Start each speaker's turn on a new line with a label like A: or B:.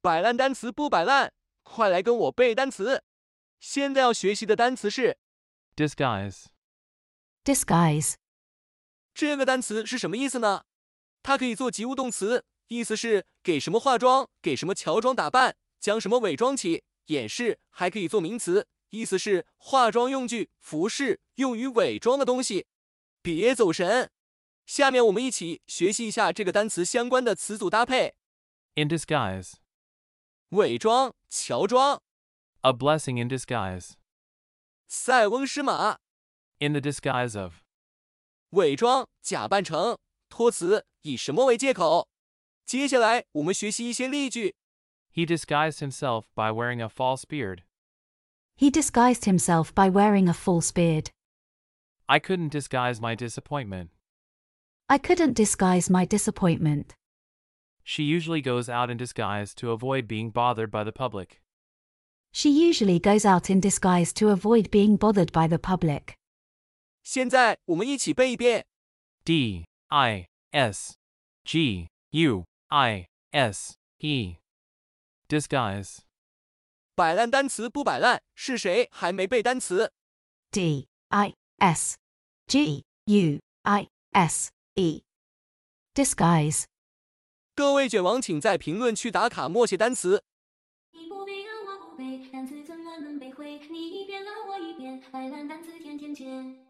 A: 摆烂单词不摆烂，快来跟我背单词。现在要学习的单词是
B: disguise,
C: disguise,
A: 这个单词是什么意思呢？它可以做及物动词，意思是给什么化妆，给什么乔装打扮，将什么伪装起、掩饰，还可以做名词，意思是化妆用具、服饰用于伪装的东西。别走神，下面我们一起学习一下这个单词相关的词组搭配：
B: in disguise,
A: 伪装、乔装、
B: a blessing in disguise,
A: 塞翁失马。
B: in the disguise of,
A: 伪装、假扮成、托词，以什么为借口？接下来我们学习一些例句。
B: he disguised himself by wearing a false beard.
C: he disguised himself by wearing a false beard.
B: I couldn't disguise my disappointment.
C: I couldn't disguise my disappointment.
B: She usually goes out in disguise to avoid being bothered by the public.
C: She usually goes out in disguise to avoid being bothered by the public.
A: 现在我们一起背一遍：
B: D I S G U I S E. Disguise.
A: 摆烂单词不摆烂，是谁还没背单词？
C: D I S G U I S E. Disguise.
A: 各位卷王，请在评论区打卡默写单词。
D: 你不背啊，我不背，单词怎么能背会？你一遍啊，我一遍，白烂单词天天见。